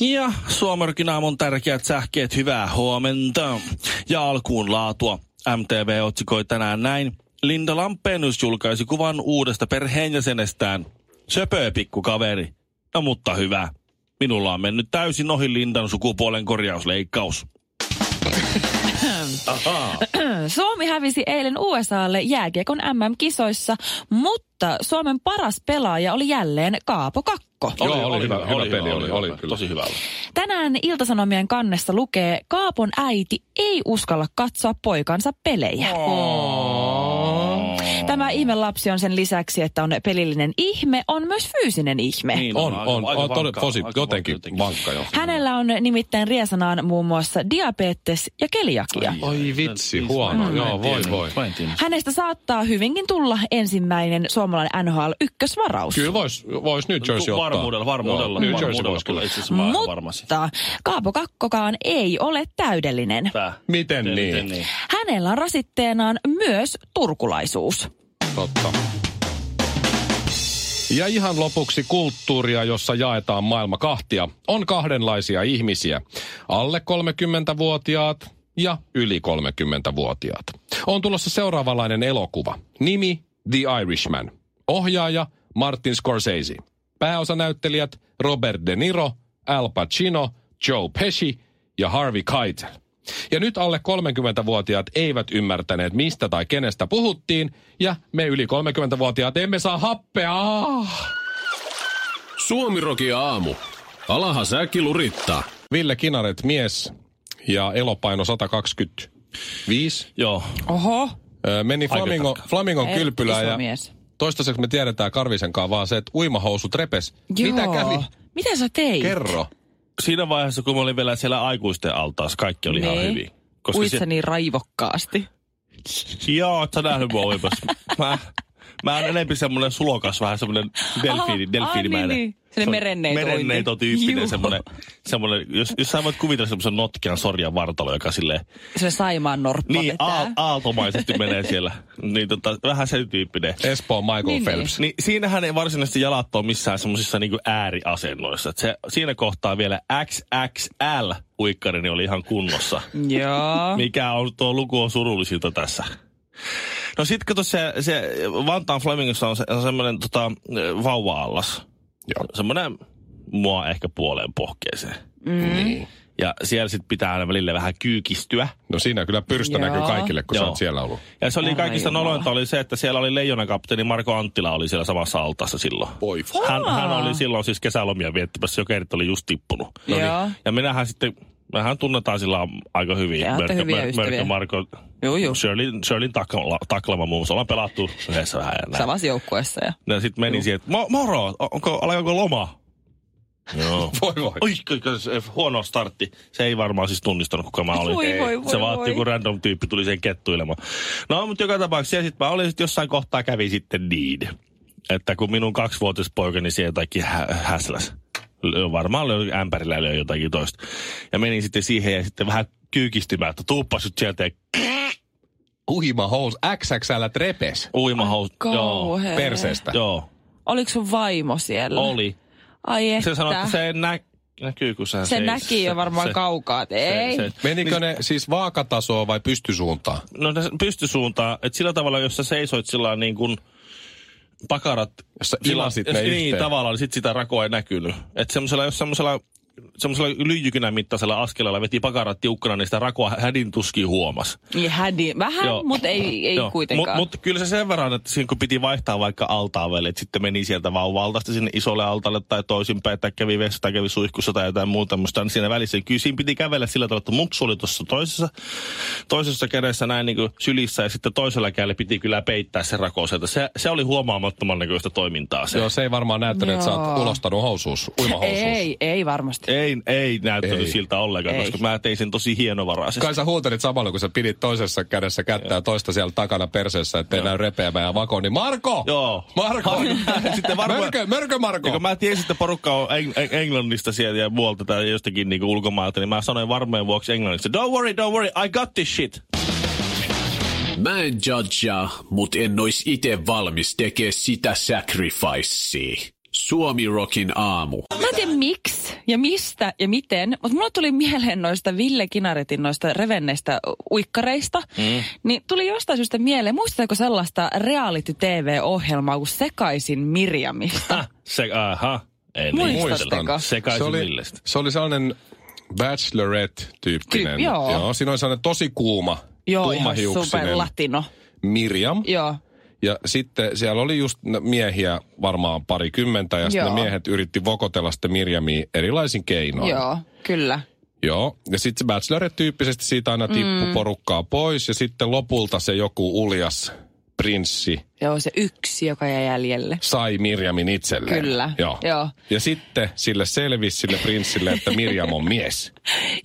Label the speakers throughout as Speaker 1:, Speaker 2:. Speaker 1: Ja Suomarkin aamun tärkeät sähkeet, hyvää huomenta. Ja alkuun laatua. MTV otsikoi tänään näin. Linda Lampeenus julkaisi kuvan uudesta perheenjäsenestään. Söpöö pikkukaveri. No mutta hyvä. Minulla on mennyt täysin ohi Lindan sukupuolen korjausleikkaus. Ahaa.
Speaker 2: Suomi hävisi eilen USAlle jääkiekon MM-kisoissa, mutta Suomen paras pelaaja oli jälleen Kaapo Kakko.
Speaker 3: Joo, oli hyvä- hyvä peli, oli- oli kyllä.
Speaker 1: Tosi hyvä oli.
Speaker 2: Tänään Iltasanomien kannessa lukee, Kaapon äiti ei uskalla katsoa poikansa pelejä. Tämä ihme lapsi on sen lisäksi, että on pelillinen ihme, on myös fyysinen ihme.
Speaker 1: Niin,
Speaker 3: On,
Speaker 1: aika-
Speaker 3: on,
Speaker 1: aika
Speaker 3: on todella
Speaker 1: vankka-
Speaker 3: tosi
Speaker 1: aika
Speaker 3: jotenkin vankka jo.
Speaker 2: Hänellä on nimittäin riesanaan muun muassa diabetes ja keliakia.
Speaker 3: Oi vitsi,
Speaker 1: Niin,
Speaker 3: huono. Joo, voi voi.
Speaker 1: Mä en tiedä.
Speaker 2: Hänestä saattaa hyvinkin tulla ensimmäinen suomalainen NHL-ykkösvaraus.
Speaker 3: Kyllä vois, vois New Jersey ottaa.
Speaker 1: Varmuudella, varmuudella.
Speaker 3: Joo, New Jersey
Speaker 1: varmuudella
Speaker 3: vois
Speaker 1: kyllä.
Speaker 3: kyllä.
Speaker 1: Itse asiassa mä olen varma siitä.
Speaker 2: Mutta Kaapo Kakkokaan ei ole täydellinen.
Speaker 1: Tää.
Speaker 3: Miten
Speaker 1: Miten
Speaker 3: niin?
Speaker 1: niin?
Speaker 2: Hänellä on rasitteenaan myös turkulaisuus.
Speaker 3: Totta. Ja ihan lopuksi kulttuuria, jossa jaetaan maailma kahtia. On kahdenlaisia ihmisiä. Alle 30-vuotiaat ja yli 30-vuotiaat. On tulossa seuraavanlainen elokuva. Nimi The Irishman. Ohjaaja Martin Scorsese. Pääosanäyttelijät Robert De Niro, Al Pacino, Joe Pesci ja Harvey Keitel. Ja nyt alle 30-vuotiaat eivät ymmärtäneet, mistä tai kenestä puhuttiin, ja me yli 30-vuotiaat emme saa happea.
Speaker 4: Suomiroki aamu. Alaha säkki lurittaa.
Speaker 3: Ville Kinaret, mies ja elopaino 125,
Speaker 1: Joo.
Speaker 2: Oho,
Speaker 3: ö, meni
Speaker 1: Aika
Speaker 3: Flamingo,
Speaker 1: tarkka.
Speaker 3: Flamingon
Speaker 2: Et
Speaker 3: kylpylään
Speaker 2: iso
Speaker 3: ja
Speaker 2: mies.
Speaker 3: toistaiseksi me tiedetään Karvisenkaan vaan se, että uimahousut repes.
Speaker 2: joo.
Speaker 3: Mitä kävi?
Speaker 2: Mitä sä teit?
Speaker 3: Kerro.
Speaker 1: Siinä vaiheessa, kun mä olin vielä siellä aikuisten altaassa, kaikki oli ihan
Speaker 2: Niin.
Speaker 1: hyvin.
Speaker 2: Uit sä niin raivokkaasti. niin.
Speaker 1: Joo, oot sä nähnyt mua uimassa. Mä, mä oon enempi semmonen sulokas, vähän semmonen delfiini,
Speaker 2: Aha,
Speaker 1: delfiinimäinen.
Speaker 2: ai niin, niin. Semmonen
Speaker 1: Se on
Speaker 2: merenneito uinti.
Speaker 1: Merenneito-tyyppinen
Speaker 2: Juu.
Speaker 1: semmonen, semmonen, jos, jos sä voit kuvitella semmosen notkean sorjan vartalo, joka silleen,
Speaker 2: Se saimaan norppa
Speaker 1: niin
Speaker 2: vetää.
Speaker 1: aal, aaltomaisesti menee siellä. Niin tota, vähän sen tyyppinen.
Speaker 3: Espoon Michael
Speaker 2: Niin,
Speaker 3: niin,
Speaker 2: niin.
Speaker 3: Phelps.
Speaker 1: Niin siinähän ei varsinaisesti jalat ole missään semmoisissa niinku ääriasennoissa. Et se, siinä kohtaa vielä XXL-uikkarini oli ihan kunnossa.
Speaker 2: Joo.
Speaker 1: Mikä on tuo luku on surullisinta tässä. No sit kato se, se Vantaan Flamingossa on, se, on semmoinen tota, vauva-allas.
Speaker 3: Joo.
Speaker 1: Semmoinen mua ehkä puoleen pohkeeseen. Mm.
Speaker 3: Niin.
Speaker 1: Ja siellä sit pitää aina välillä vähän kyykistyä.
Speaker 3: No siinä kyllä pyrstö
Speaker 2: Joo.
Speaker 3: näkyy kaikille, kun sä
Speaker 1: Joo.
Speaker 3: oot siellä ollut.
Speaker 1: Ja se oli
Speaker 2: Herra
Speaker 1: kaikista
Speaker 2: Jumala.
Speaker 1: nolointa oli se, että siellä oli leijonakapteeni Marko Anttila oli siellä samassa altaassa silloin.
Speaker 3: Voi
Speaker 1: Hän,
Speaker 2: Aa.
Speaker 1: hän oli silloin siis kesälomia viettämässä, jokerit oli just tippunut.
Speaker 2: No niin. Joo.
Speaker 1: Ja minähän sitten, mehän tunnetaan sillä aika hyvin.
Speaker 2: Te olette hyviä ystäviä.
Speaker 1: Mörkö Marko,
Speaker 2: Joo, joo.
Speaker 1: Shirleyn, Shirleyn takla, taklama muun muassa. Ollaan pelattu yhdessä vähän. Ja näin.
Speaker 2: Samassa joukkueessa ja...
Speaker 1: Ja sitten meni siihen, että "Mo- moro, onko, alkaako loma? Joo.
Speaker 3: Voi voi.
Speaker 1: Oi, k- k- se huono startti. Se ei varmaan siis tunnistanut, kuka mä olin.
Speaker 2: Voi,
Speaker 1: Ei.
Speaker 2: voi, voi,
Speaker 1: se vaatti,
Speaker 2: voi.
Speaker 1: kun random tyyppi tuli sen kettuilemaan. No, mutta joka tapauksessa sitten mä olin sit jossain kohtaa kävi sitten niin, että kun minun kaksivuotias poikani siellä jotakin hä- häsläs. Lö- Varmaan löi ämpärillä löi jotakin toista. Ja menin sitten siihen ja sitten vähän kyykistymään, että tuuppas nyt sieltä ja
Speaker 3: Uimahous XXL repes
Speaker 1: uimahout. Joo,
Speaker 2: Kauhea.
Speaker 3: perseestä.
Speaker 1: joo,
Speaker 2: Oliko sun vaimo siellä?
Speaker 1: oli.
Speaker 2: Ai että.
Speaker 1: Se sanoi, että se nä- näkyy, kun sehän
Speaker 2: se
Speaker 1: seis-
Speaker 2: näki jo varmaan
Speaker 1: se-
Speaker 2: kaukaa, että ei.
Speaker 1: se-
Speaker 3: Menikö
Speaker 1: Niin.
Speaker 3: ne siis vaakatasoa vai pystysuuntaan?
Speaker 1: No ne pystysuuntaan, että sillä tavalla, jos sä seisoit sillä lailla niin kuin pakarat...
Speaker 3: Jos sä
Speaker 1: sillä-
Speaker 3: ilasit
Speaker 1: jos-
Speaker 3: ne
Speaker 1: Niin,
Speaker 3: yhteen.
Speaker 1: tavallaan, niin sit sitä rakoa ei näkynyt. Että semmoisella, jos semmoisella semmoisella lyijykynän mittaisella askeleella veti pakarat tiukkana, niin sitä rakoa hädin tuskin huomas.
Speaker 2: Niin hädi, vähän, mutta ei, ei
Speaker 1: Joo.
Speaker 2: kuitenkaan.
Speaker 1: Mut, mut kyllä se sen verran, että siinä kun piti vaihtaa vaikka altaavelle, että sitten meni sieltä vauvaltaista sinne isolle altaalle tai toisinpäin, tai kävi vessa tai kävi suihkussa tai jotain muuta tämmöistä, niin siinä välissä. Kyllä siinä piti kävellä sillä tavalla, että muksu oli tuossa toisessa, toisessa kädessä näin niin sylissä ja sitten toisella kädellä piti kyllä peittää se rako sieltä. Se, se oli huomaamattoman näköistä toimintaa se.
Speaker 3: Joo, se ei varmaan näyttänyt, että sä oot
Speaker 2: Joo.
Speaker 3: ulostanut housuus, uimahousuus.
Speaker 2: ei, ei varmasti
Speaker 1: Ei, ei näyttänyt
Speaker 3: Ei.
Speaker 1: ei. siltä ollenkaan,
Speaker 2: Ei.
Speaker 1: koska mä tein sen tosi hienovaraisesti.
Speaker 3: Kai sä huutelit samalla, kun sä pidit toisessa kädessä kättä ja toista siellä takana perseessä, ettei näy repeämään ja vakoon. Niin Marko!
Speaker 1: Joo.
Speaker 3: Marko!
Speaker 1: Sitten varmaan-
Speaker 3: mörkö, mörkö Marko!
Speaker 1: Ja kun mä tiesin, että porukka on Eng- Eng- Englannista sieltä ja muualta tai jostakin niinku ulkomaalta, niin mä sanoin varmeen vuoksi englanniksi, don't worry, don't worry, I got this shit.
Speaker 4: Mä en judgea, mut en ois ite valmis tekee sitä sacrificea. Suomi Rockin aamu.
Speaker 2: Mä en tiedä miksi ja mistä ja miten, mutta mulla tuli mieleen noista Ville Kinaretin noista revenneistä uikkareista. Mm. Niin tuli jostain syystä mieleen, muistatko sellaista reality-tv-ohjelmaa kuin Sekaisin Mirjamista?
Speaker 1: Ha, se, aha. En
Speaker 2: Muistatteko?
Speaker 1: muistanut. Sekaisin millestä.
Speaker 3: se oli sellainen bachelorette-tyyppinen.
Speaker 2: Ky- joo.
Speaker 3: joo. siinä oli sellainen tosi kuuma,
Speaker 2: Joo, ihan super
Speaker 3: tummahiuksinen
Speaker 2: latino.
Speaker 3: Mirjam.
Speaker 2: Joo.
Speaker 3: Ja sitten siellä oli just nä- miehiä varmaan parikymmentä ja sitten ne
Speaker 2: Joo.
Speaker 3: miehet yritti vokotella sitten Mirjamia erilaisin keinoin.
Speaker 2: Joo, kyllä.
Speaker 3: Joo, ja sitten se Bachelorette-tyyppisesti siitä aina tippui mm. porukkaa pois ja sitten lopulta se joku uljas prinssi
Speaker 2: Joo, se yksi, joka jäi jäljelle.
Speaker 3: sai Mirjamin itselleen.
Speaker 2: Kyllä,
Speaker 3: Joo.
Speaker 2: joo.
Speaker 3: Ja sitten sille selvisi sille prinssille, että Mirjam on mies.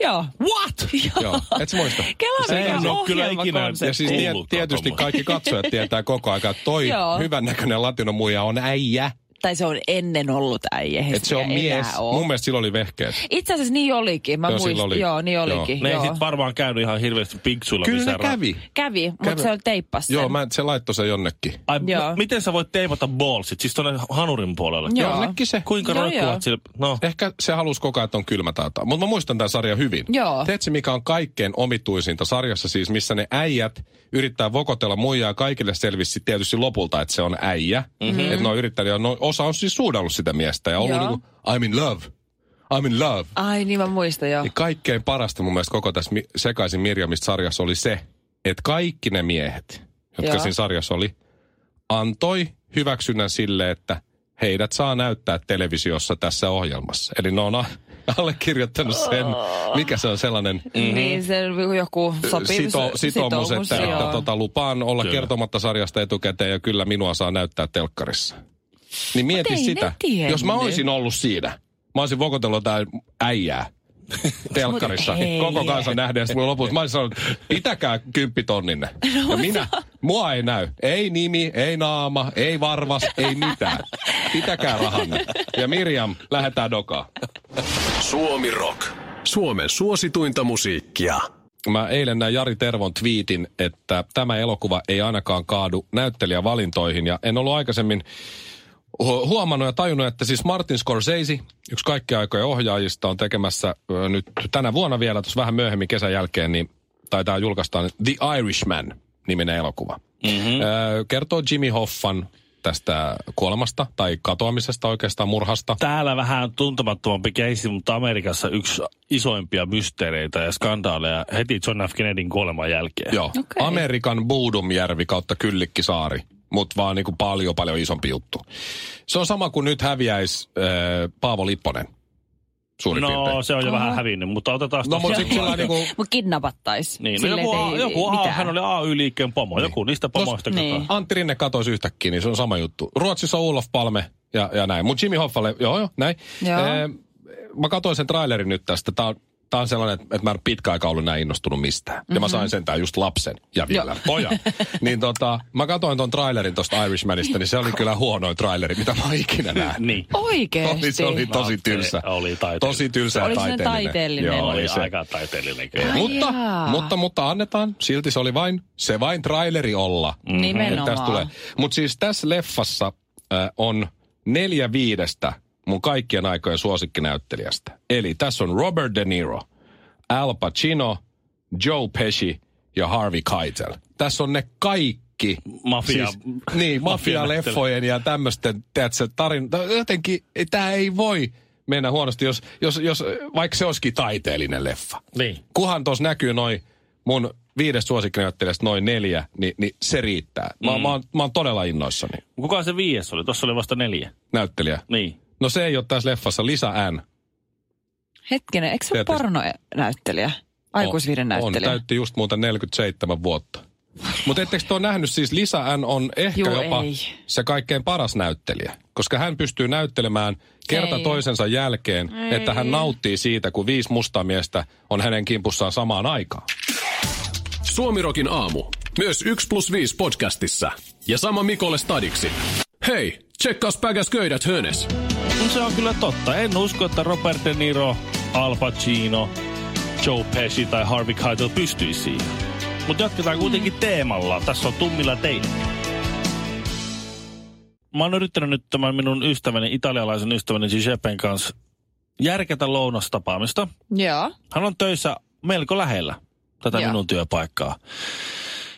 Speaker 2: Joo. What?
Speaker 3: Joo, et sä muista.
Speaker 2: Kela
Speaker 1: Se en oo kyllä ikinä-
Speaker 3: Ja siis tie,
Speaker 1: Kuulkaa
Speaker 3: tietysti
Speaker 1: tommoista.
Speaker 3: kaikki katsojat tietää koko ajan, että toi
Speaker 2: Joo.
Speaker 3: hyvännäköinen latinomuija on äijä.
Speaker 2: Tai se on ennen ollut äijä. eihän
Speaker 3: Että se on
Speaker 2: sitä enää
Speaker 3: mies.
Speaker 2: oo.
Speaker 3: Mun mielestä sillä oli vehkeet.
Speaker 2: Itse asiassa niin olikin. Mä
Speaker 3: Joo, No
Speaker 2: joo, muistin.
Speaker 3: sillä oli.
Speaker 2: Oli. Joo, niin olikin.
Speaker 1: Ne ei
Speaker 2: Joo.
Speaker 1: sit varmaan käynyt ihan hirveästi piksuilla
Speaker 3: Kyllä ne
Speaker 1: missään ra-
Speaker 3: kävi.
Speaker 2: Kävi, mutta se oli teippassa.
Speaker 3: Joo, mä, se laittoi se jonnekin.
Speaker 1: Ai,
Speaker 2: Joo.
Speaker 1: m- miten sä voit teipata ballsit, siis tonne hanurin puolelle?
Speaker 2: Joo.
Speaker 3: Jonnekin se.
Speaker 1: Kuinka
Speaker 2: Joo, joo.
Speaker 1: roikkuvat sille? No,
Speaker 3: Ehkä se halusi koko ajan, että on kylmä tai jotain. Mutta mä muistan tämän sarjan hyvin.
Speaker 2: Joo.
Speaker 3: Teetsi, mikä on kaikkein omituisinta sarjassa siis, missä ne äijät yrittää vokotella muijaa. Kaikille selvisi tietysti lopulta, että se on äijä. Mm-hmm. Että ne on yrittänyt, ja no, osa on siis suudellut sitä miestä ja ollut
Speaker 2: Mhm. Joo.
Speaker 3: niinku, I'm in love, I'm in love.
Speaker 2: Ai niin, mä muistan joo.
Speaker 3: Niin kaikkein parasta mun mielestä koko tässä mi- sekaisin Mirjamista sarjassa oli se, että kaikki ne miehet, jotka Joo.
Speaker 2: Joo.
Speaker 3: siinä sarjassa oli, antoi hyväksynnän sille, että heidät saa näyttää televisiossa tässä ohjelmassa. Eli ne on a- allekirjoittanut sen, mikä se on sellainen mm,
Speaker 2: Mm-hmm. Niin se oli joku sopimus.
Speaker 3: sito- sitoumus, että,
Speaker 2: joo.
Speaker 3: että tota, lupaan olla kyllä. kertomatta sarjasta etukäteen ja kyllä minua saa näyttää telkkarissa. Niin mieti
Speaker 2: ei ne
Speaker 3: sitä.
Speaker 2: tiennyt.
Speaker 3: Jos mä olisin ollut siinä, mä olisin vokotellut jotain äijää telkkarissa.
Speaker 2: Mut ei.
Speaker 3: Koko kansan nähden. Sitten lopussa mä olisin sanonut, pitäkää kymppitonninne.
Speaker 2: No,
Speaker 3: Ja minä, mua ei näy. Ei nimi, ei naama, ei varvas, ei mitään. Pitäkää rahanne. Ja Mirjam, lähetään dokaan.
Speaker 4: Suomi Rock. Suomen suosituinta musiikkia.
Speaker 3: Mä eilen näin Jari Tervon twiitin, että tämä elokuva ei ainakaan kaadu näyttelijävalintoihin. Ja en ollut aikaisemmin hu- huomannut ja tajunnut, että siis Martin Scorsese, yksi kaikkia aikojen ohjaajista, on tekemässä ö, nyt tänä vuonna vielä, tuossa vähän myöhemmin kesän jälkeen, niin taitaa julkaistaan The Irishman niminen elokuva. Mm-hmm. Kertoo Jimmy Hoffan tästä kuolemasta tai katoamisesta oikeastaan murhasta.
Speaker 1: täällä vähän tuntemattomampi keissi, mutta Amerikassa yksi isoimpia mysteereitä ja skandaaleja heti John F. Kennedyn kuoleman jälkeen.
Speaker 3: Joo. Okay.
Speaker 2: Okei.
Speaker 3: Amerikan Buudumjärvi kautta Kyllikkisaari, mutta vaan niinku paljon paljon isompi juttu. Se on sama kuin nyt häviäisi äh, Paavo Lipponen, suurin
Speaker 1: No,
Speaker 3: piirtein.
Speaker 1: se on jo vähän hävinnyt, mutta otetaan
Speaker 3: No, mutta sitten sillä
Speaker 1: niin,
Speaker 3: niinku...
Speaker 2: Mut kidnappattais.
Speaker 1: niin, no
Speaker 2: Silleen,
Speaker 1: joku,
Speaker 2: et
Speaker 1: A,
Speaker 2: ei-
Speaker 1: joku A,
Speaker 2: mitään.
Speaker 1: hän oli AY-liikkeen pomo, joku niistä pomoista.
Speaker 2: Niin.
Speaker 1: kato.
Speaker 3: Antti Rinne katosi yhtäkkiä, niin se on sama juttu. Ruotsissa on Olof Palme ja, ja näin. Mutta Jimmy Hoffalle, joo joo, näin.
Speaker 2: Joo.
Speaker 3: Ee, mä katsoin sen trailerin nyt tästä. Tää on, tää on sellainen, että mä en pitkä aika ollut näin innostunut mistään. Mm-hmm. Ja mä sain sentään just lapsen ja vielä
Speaker 2: Mhm. Joo.
Speaker 3: pojan. niin tota, mä katsoin ton trailerin tosta Irishmanista, niin se oli kyllä huonoin traileri, mitä mä oon ikinä nähnyt.
Speaker 1: Niin.
Speaker 2: Oikeesti.
Speaker 3: Oli, se oli tosi
Speaker 1: Ajattelin,
Speaker 3: tylsä.
Speaker 1: oli taiteellinen.
Speaker 3: Tosi tylsä ja
Speaker 2: Oliko se
Speaker 3: taiteellinen.
Speaker 2: taiteellinen?
Speaker 3: Joo, oli
Speaker 1: Oli
Speaker 3: se.
Speaker 1: aika
Speaker 2: Niin.
Speaker 1: taiteellinen kyllä.
Speaker 3: Mutta,
Speaker 2: jaa.
Speaker 3: mutta, mutta annetaan. Silti se oli vain, se vain traileri olla.
Speaker 1: Mm.
Speaker 2: Nimenomaan.
Speaker 3: Että Tästä tulee. Mutta siis tässä leffassa äh, on neljä viidestä mun kaikkien aikojen suosikkinäyttelijästä. Eli tässä on Robert De Niro, Al Pacino, Joe Pesci ja Harvey Keitel. Tässä on ne kaikki.
Speaker 1: Mafia-
Speaker 3: niin,
Speaker 1: mafianäyttelijät.
Speaker 3: mafialeffojen ja tämmöisten, tiedätkö, tarin, tää- jotenkin, tämä ei voi mennä huonosti, jos, jos, jos, vaikka se olisikin taiteellinen leffa
Speaker 1: Niin.
Speaker 3: kunhan tuossa näkyy noin mun viides suosikkinäyttelijästä noin neljä, niin, niin se riittää. Mä, mm. mä, oon, mä oon todella innoissani,
Speaker 1: Kuka se viides oli? Tuossa oli vasta neljä.
Speaker 3: näyttelijä.
Speaker 1: Niin.
Speaker 3: No se ei ole tässä leffassa, Lisa N.
Speaker 2: Hetkinen, eikö se ole
Speaker 3: Teatterista.
Speaker 2: pornonäyttelijä? Aikuisviiden
Speaker 3: On,
Speaker 2: näyttelijä.
Speaker 3: täytti just muuten 47 vuotta. Mutta ettekö tuo nähnyt siis Lisa N on ehkä
Speaker 2: Juu,
Speaker 3: jopa
Speaker 2: ei.
Speaker 3: se kaikkein paras näyttelijä, koska hän pystyy näyttelemään kerta
Speaker 2: Ei.
Speaker 3: toisensa jälkeen, ei. että hän nauttii siitä, kun viisi mustamiestä on hänen kimpussaan samaan aikaan.
Speaker 4: Suomirokin aamu. Myös 1 plus 5 podcastissa. Ja sama Mikolle Stadiksin. Hei, tsekkaus päkäs köydät hönes.
Speaker 1: No se on kyllä totta. En usko, että Robert De Niro, Al Pacino, Joe Pesci tai Harvey Keitel pystyisi siihen. Mutta jatketaan kuitenkin teemalla. Tässä on tummilla teillä. Mä oon yrittänyt nyt tämän minun ystäväni, italialaisen ystäväni Giuseppen kanssa järkätä lounastapaamista.
Speaker 2: Joo.
Speaker 1: Hän on töissä melko lähellä tätä
Speaker 2: Joo.
Speaker 1: minun työpaikkaa.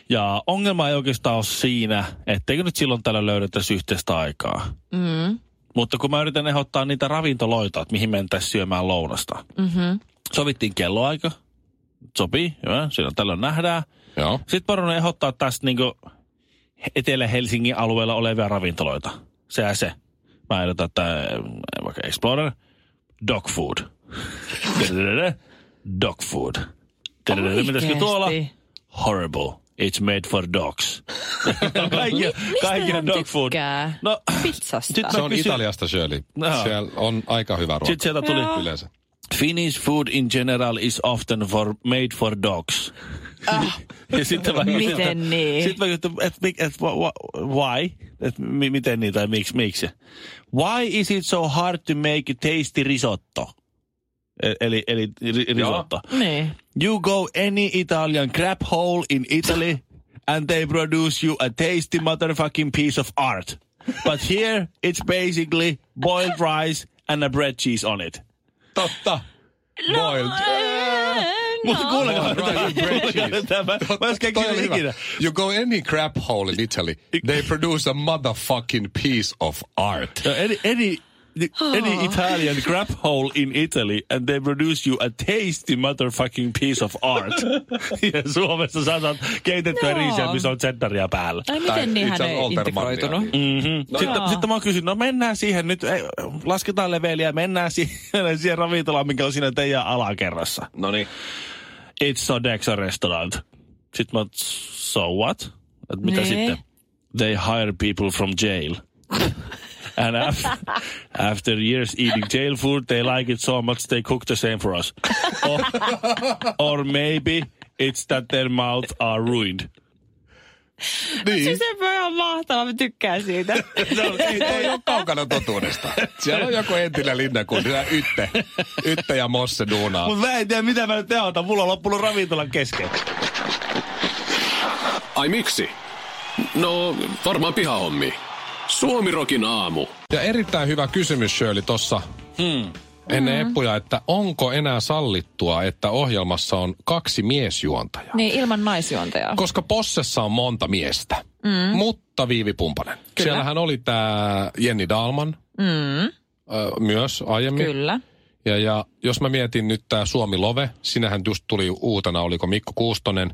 Speaker 1: Ja ongelma ei oikeastaan ole siinä, etteikö nyt silloin täällä löydettäisi yhteistä aikaa.
Speaker 2: Mm.
Speaker 1: Mutta kun mä yritän ehdottaa niitä ravintoloita, että mihin mentäisiin syömään lounasta.
Speaker 2: Mm-hmm.
Speaker 1: Sovittiin kelloaika. Sopii, hyvä. Silloin tällöin nähdään.
Speaker 3: Joo.
Speaker 1: Sitten mä ehdottaa tästä niinku Etelä-Helsingin alueella olevia ravintoloita. Sehän se. Mä ehdotan, että äh, vaikka Explorer, dog food. Tadadada, dog food. Tadadada, Mitäskö tuolla? Horrible. It's made for dogs. kaikkia, kaikkia dog food.
Speaker 2: Tykkää?
Speaker 1: No,
Speaker 2: Pizzasta.
Speaker 1: Sit mä-
Speaker 3: Se on
Speaker 1: kysyn-
Speaker 3: Italiasta, Shirley.
Speaker 1: Joo.
Speaker 3: Siellä on aika hyvä ruoka.
Speaker 1: sit sieltä tuli...
Speaker 3: yleensä.
Speaker 1: Finnish food in general is often for, made for dogs. ja sitten mä kysyin,
Speaker 2: Ah. Miten
Speaker 1: että-
Speaker 2: niin?
Speaker 1: Sitten mä kysyin, että et, et, wa- wa- why? Et, mi, miten niin tai miksi? miksi? Why is it so hard to make a tasty risotto? E- Eli, eli ri, risotto.
Speaker 2: Niin.
Speaker 1: You go any Italian crap hole in Italy and they produce you a tasty motherfucking piece of art. But here it's basically boiled rice and a bread cheese on it.
Speaker 3: Totta. No,
Speaker 1: Mutta kuulekaa tämä. Kuulekaa tämä. Mä en keksin ikinä.
Speaker 3: You go any crap hole in Italy, they produce a motherfucking piece of art.
Speaker 1: No, Any, any, any Italian crap hole in Italy and they produce you a tasty motherfucking piece of art. ja Suomessa sä saat keitettyä
Speaker 2: Joo.
Speaker 1: riisiä, missä on tsenttaria päällä.
Speaker 2: Ai
Speaker 3: Tai
Speaker 2: miten niin
Speaker 3: itse
Speaker 2: hän ei
Speaker 3: asiassa Oltermannia.
Speaker 2: integroitunut?
Speaker 1: Mm-hmm. No sitten,
Speaker 2: joo.
Speaker 1: sitten mä oon kysynyt, no mennään siihen nyt, ei, lasketaan leveliä, mennään siihen, siihen ravintolaan, mikä on siinä teidän alakerrassa.
Speaker 3: No niin.
Speaker 1: It's Sodexo restaurant. Sitten mä, oon, so what? Et mitä
Speaker 2: Nee.
Speaker 1: sitten? They hire people from jail. And af- after years eating jail food, they like it so much they cook the same for us. Or, or maybe it's that their mouths are ruined. siis
Speaker 3: Niin.
Speaker 2: Se voi olla mahtavaa, mä tykkään siitä.
Speaker 3: No, ei toi ole kaukana totuudesta. Siellä on joku entinen linnakunta, siellä Ytte. Ytte ja Mosse duunaa.
Speaker 1: Mutta mä en tiedä, mitä mä nyt teotan. Mulla on loppunut ravintolan kesken.
Speaker 4: Ai miksi? No, varmaan pihahommi. Suomirokin aamu.
Speaker 3: Ja erittäin hyvä kysymys Shirley tossa
Speaker 1: Hmm.
Speaker 3: ennen eppuja, että onko enää sallittua, että ohjelmassa on kaksi miesjuontajaa?
Speaker 2: niin, ilman naisjuontajaa.
Speaker 3: Koska Possessa on monta miestä, mm. mutta Viivi Pumpanen. Kyllä. Siellähän oli tämä Jenni Dalman mm. ö, myös aiemmin.
Speaker 2: Kyllä.
Speaker 3: Ja, ja jos mä mietin nyt tämä Suomi Love, sinähän just tuli uutena, oliko Mikko Kuustonen,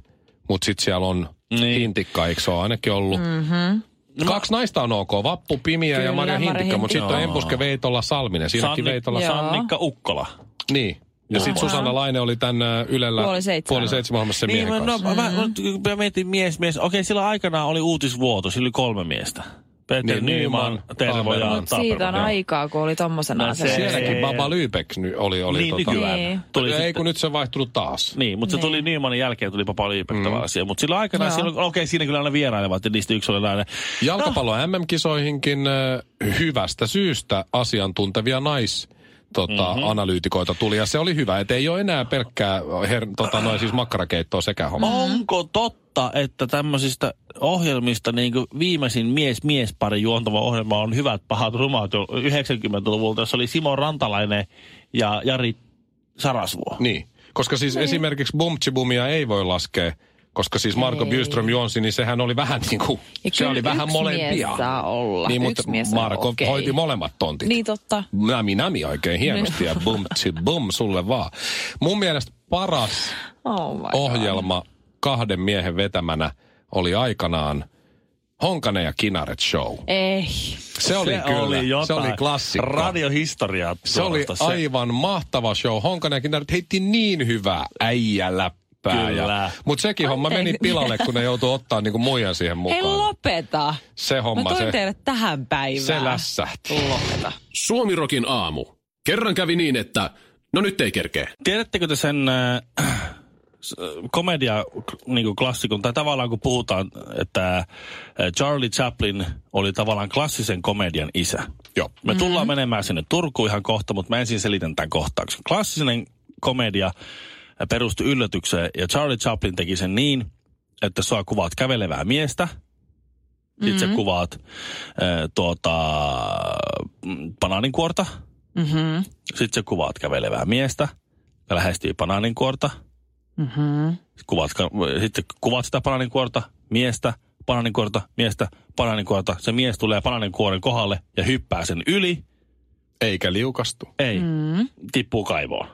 Speaker 3: mutta sitten siellä on
Speaker 1: Niin.
Speaker 3: niin. Hintikka, eikö se ole ainakin ollut? Mm-hmm. Kaksi naista on ok, Vappu Pimiä
Speaker 2: Kyllä,
Speaker 3: ja Marja
Speaker 2: Marja
Speaker 3: Hintikka, mutta sitten on
Speaker 1: Hintikka.
Speaker 3: Empuske Veitolla Salminen, siinäkin Veitolla
Speaker 2: Joo.
Speaker 1: Sannikka Ukkola.
Speaker 3: Niin. Ja sitten Susanna Laine oli tämän ö, Ylellä
Speaker 2: Puoli seitsemän.
Speaker 3: puoli seitsemän hommassa sen
Speaker 1: Niin,
Speaker 3: miehen
Speaker 1: mä, no,
Speaker 3: kanssa.
Speaker 1: mä, mä,
Speaker 2: Mm-hmm.
Speaker 1: mä mietin mies, mies. Okei, silloin aikanaan oli uutisvuoto, sillä oli kolme miestä. Peter
Speaker 3: Niin,
Speaker 1: niin, Nyman,
Speaker 3: Nyman,
Speaker 1: Tervo ja
Speaker 3: Tammerman.
Speaker 2: Siitä on
Speaker 1: Tapperman.
Speaker 2: aikaa, kun oli tommosena
Speaker 1: No, se-
Speaker 2: asemassa.
Speaker 3: Sielläkin Baba Lybek ny- oli, oli
Speaker 1: Niin,
Speaker 3: tota,
Speaker 1: nykyään.
Speaker 2: Niin.
Speaker 1: Tuli
Speaker 3: ei
Speaker 1: sitten-
Speaker 3: kun nyt se on vaihtunut taas.
Speaker 1: Niin, mutta se tuli Nymanin jälkeen, tuli Papa
Speaker 3: Mm-hmm.
Speaker 1: Liipettävä mm. asia. Mutta silloin aikanaan,
Speaker 2: Joo. Mm-hmm.
Speaker 1: silloin, okei, siinä kyllä aina vierailevat, ja niistä yksi oli nainen.
Speaker 3: Jalkapallo
Speaker 2: Ah.
Speaker 3: MM-kisoihinkin ö, hyvästä syystä asiantuntevia nais Tota,
Speaker 2: Mhm.
Speaker 3: mm-hmm. analyytikoita tuli ja se oli hyvä, että ei ole enää pelkkää her, tota, noin siis makkarakeittoa sekä homma.
Speaker 2: Oh.
Speaker 1: Onko totta, että tämmöisistä ohjelmista niin kuin viimeisin mies miespari juontava ohjelma on Hyvät pahat rumat jo 90-luvulta, jossa oli Simo Rantalainen ja Jari Sarasvuo.
Speaker 3: Niin, koska siis niin. esimerkiksi Bumtsibumia ei voi laskea, koska siis Marko
Speaker 2: Ei.
Speaker 3: Bjurström juonsi, niin sehän oli vähän niin kuin,
Speaker 2: Ja
Speaker 3: se
Speaker 2: kyllä
Speaker 3: oli vähän
Speaker 2: yksi
Speaker 3: molempia.
Speaker 2: mies saa olla.
Speaker 3: Niin,
Speaker 2: Yksi
Speaker 3: mutta
Speaker 2: mies on
Speaker 3: Marko
Speaker 2: okei.
Speaker 3: hoiti molemmat tontit.
Speaker 2: Niin totta.
Speaker 3: Nami nami oikein hienosti ja bum tsi bum sulle vaan. Mun mielestä paras
Speaker 2: Oh my God.
Speaker 3: ohjelma kahden miehen vetämänä oli aikanaan Honkanen ja Kinaret show.
Speaker 2: Ei.
Speaker 3: Se oli kyllä, se oli klassikko.
Speaker 1: Radiohistoriaa.
Speaker 3: se oli
Speaker 1: suorastaan.
Speaker 3: aivan mahtava show. Honkanen ja Kinaret heitti niin hyvää äijäläppää läppää.
Speaker 1: Kyllä.
Speaker 3: Ja, mutta sekin homma meni
Speaker 2: Anteeksi.
Speaker 3: pilalle, kun ne joutuu ottaa niinku muijan siihen
Speaker 2: Hei
Speaker 3: mukaan.
Speaker 2: lopeta.
Speaker 3: Se homma,
Speaker 2: Mä toin
Speaker 3: se-
Speaker 2: teille tähän päivään.
Speaker 3: Se lässähti.
Speaker 2: Lopeta.
Speaker 4: Suomirokin aamu. Kerran kävi niin, että no nyt ei kerkeä.
Speaker 1: Tiedättekö te sen äh, s- komedia niin klassikon, tai tavallaan kun puhutaan, että äh, Charlie Chaplin oli tavallaan klassisen komedian isä.
Speaker 3: Joo.
Speaker 1: Me tullaan mm-hmm. menemään sinne Turkuun ihan kohta, mutta mä ensin selitän tämän kohtauksen. Klassinen komedia perustui yllätykseen, ja Charlie Chaplin teki sen niin, että sua kuvaat kävelevää miestä, sitten mm-hmm. sä kuvaat äh, tuota, mm, banaaninkuorta,
Speaker 2: Mm-hmm.
Speaker 1: sitten sä kuvaat kävelevää miestä, ja lähestyy banaaninkuorta,
Speaker 2: Mm-hmm.
Speaker 1: kuvaat, ka- sitten kuvaat sitä banaaninkuorta, miestä, banaaninkuorta, miestä, banaaninkuorta. Se mies tulee banaaninkuoren kohdalle ja hyppää sen yli.
Speaker 3: Eikä liukastu.
Speaker 1: Ei, mm. tippuu kaivoon.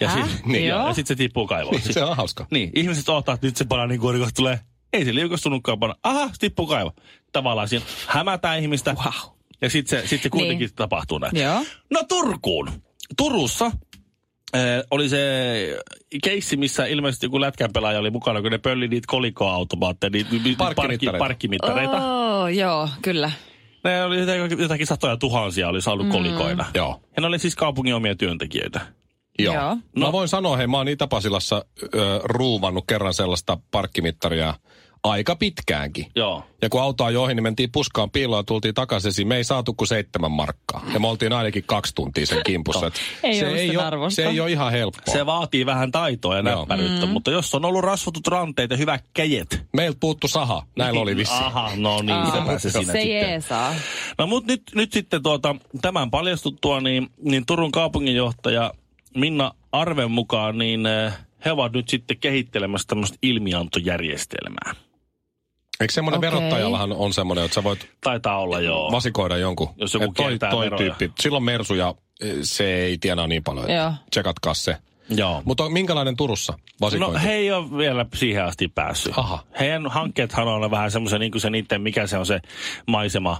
Speaker 1: Ja
Speaker 2: Häh?
Speaker 1: sitten niin,
Speaker 2: Joo.
Speaker 1: joo, ja sit se tippuu kaivoon.
Speaker 3: Niin, se on hauska.
Speaker 1: Niin, ihmiset odottaa, että nyt se banaaninkuori kohta tulee. Ei se liukastunutkaan banaan. Aha, se tippuu kaivo. Tavallaan siinä hämätään ihmistä. Wow. Ja sitten se, sit se kuitenkin
Speaker 2: Niin.
Speaker 1: niin. tapahtuu näin.
Speaker 2: Joo.
Speaker 1: No Turkuun. Turussa äh, oli se keissi, missä ilmeisesti joku lätkän pelaaja oli mukana, kun ne pölli niitä kolikoautomaatteja, niitä ni- ni- parkki,
Speaker 3: Parkkimittareita.
Speaker 1: parkkimittareita.
Speaker 2: Oh, joo, kyllä.
Speaker 1: Ne oli jotakin- jotakin satoja tuhansia oli saanut mm. kolikoina.
Speaker 3: Joo.
Speaker 1: Ja ne oli siis kaupungin omia työntekijöitä.
Speaker 3: Joo.
Speaker 2: Joo.
Speaker 3: Joo. No. Mä voin sanoa, hei, mä oon Itä-Pasilassa ö, ruuvannut kerran sellaista parkkimittaria aika pitkäänkin.
Speaker 1: Joo.
Speaker 3: Ja kun auto ajoi ohi, niin mentiin puskaan piiloon ja tultiin takaisin. Me ei saatu kuin seitsemän markkaa. Ja me oltiin ainakin kaksi tuntia sen kimpussa. Et
Speaker 2: Ei
Speaker 3: se,
Speaker 2: ollut sen
Speaker 3: ole,
Speaker 2: arvosta.
Speaker 3: se ei ole ihan helppoa.
Speaker 1: Se vaatii vähän taitoa ja
Speaker 3: Joo.
Speaker 1: näppäryyttä, mm. mutta jos on ollut rasvotut ranteet ja hyvät käjet.
Speaker 3: Meiltä puuttu saha. Näillä oli vissi.
Speaker 1: Aha, no niin,
Speaker 2: Aa,
Speaker 1: sepä se siinä
Speaker 2: se
Speaker 1: sitten.
Speaker 2: jeesaa.
Speaker 1: No mut nyt, nyt sitten tuota, tämän paljastuttua, niin, niin Turun kaupunginjohtaja Minna Arven mukaan, niin eh, he ovat nyt sitten kehittelemässä tämmöistä ilmiantojärjestelmää.
Speaker 3: Eikö semmoinen
Speaker 2: Okei.
Speaker 3: okay. verottajallahan on semmoinen, että sä voit
Speaker 1: Taitaa olla joo.
Speaker 3: vasikoida jonkun.
Speaker 1: Jos joku
Speaker 3: Et toi,
Speaker 1: kiertää
Speaker 3: toi
Speaker 1: veroja.
Speaker 3: tyyppi. Silloin Mersu ja eh, se ei tienaa niin paljon.
Speaker 2: Joo.
Speaker 3: Joo. Tsekatkaa se.
Speaker 1: joo.
Speaker 3: Mutta minkälainen Turussa
Speaker 1: No
Speaker 3: vasikointi?
Speaker 1: he ei ole vielä siihen asti päässyt.
Speaker 3: Aha.
Speaker 1: Heidän hankkeethan on vähän semmoisen, niin kuin se niiden, mikä se on se maisema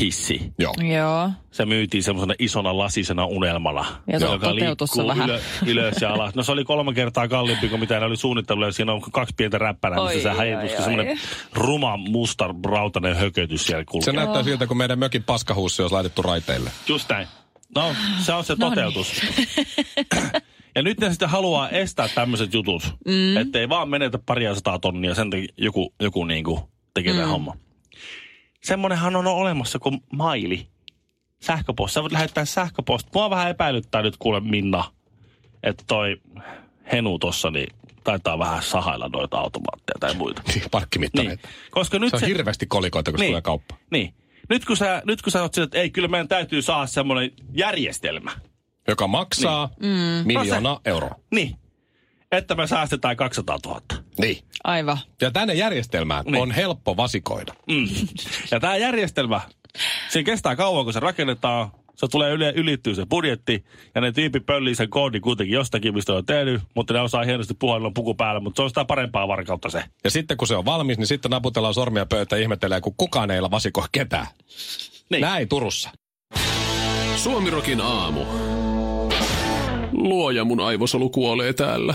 Speaker 1: hissi.
Speaker 3: Joo.
Speaker 2: Joo.
Speaker 1: Se myytiin semmoisena isona lasisena unelmana,
Speaker 2: Ja se toteutui se vähän.
Speaker 1: ylö, ylös ja alas. No se oli kolme kertaa kalliimpi kuin mitä ne oli suunnitellut, ja siinä on kaksi pientä räppärää,
Speaker 2: Oi,
Speaker 1: missä
Speaker 2: oi,
Speaker 1: se häijusti
Speaker 2: oi.
Speaker 1: semmoinen ruma, musta, rautainen hökötys siellä kulkee.
Speaker 3: Se näyttää siltä, kun meidän mökin paskahuussi olisi laitettu raiteille.
Speaker 1: Just näin. No, se on se toteutus. ja nyt ne sitten haluaa estää tämmöiset jutut, mm. ettei vaan menetä paria sataa tonnia, sen takia joku, joku niinku tekee mm. homma. Semmonenhan on olemassa kuin maili. Sähköposti. Sä voit lähettää sähköposti. Mua vähän epäilyttää nyt kuule Minna, että toi Henu tossa niin taitaa vähän sahailla noita automaatteja tai muita. Niin.
Speaker 3: Parkkimittareita.
Speaker 1: Koska nyt
Speaker 3: Se on hirveästi kolikoita, kun se tulee kauppa.
Speaker 1: niin. Nyt kun sä, nyt kun sä oot sillä, että ei, kyllä meidän täytyy saada semmoinen järjestelmä.
Speaker 3: Joka maksaa niin. miljoona no euroa.
Speaker 1: Niin. Että me säästetään 200 000.
Speaker 3: Niin.
Speaker 2: Aivan.
Speaker 3: Ja tänne järjestelmään
Speaker 1: Niin.
Speaker 3: niin. on helppo vasikoida.
Speaker 1: Mm. Ja tämä järjestelmä, se kestää kauan, kun se rakennetaan. Se tulee yli, ylittyy se budjetti, ja ne tyyppi pöllii sen koodin kuitenkin jostakin, mistä ne on tehnyt, mutta ne osaa hienosti puhua, niillä on puku päällä, mutta se on sitä parempaa varkautta se.
Speaker 3: Ja sitten kun se on valmis, niin sitten naputellaan sormia pöytään ja ihmetellään, kun kukaan ei ole vasikoi ketään.
Speaker 1: Niin.
Speaker 3: Niin. Näin Turussa.
Speaker 4: Suomirokin aamu. Luoja mun aivosolu kuolee täällä.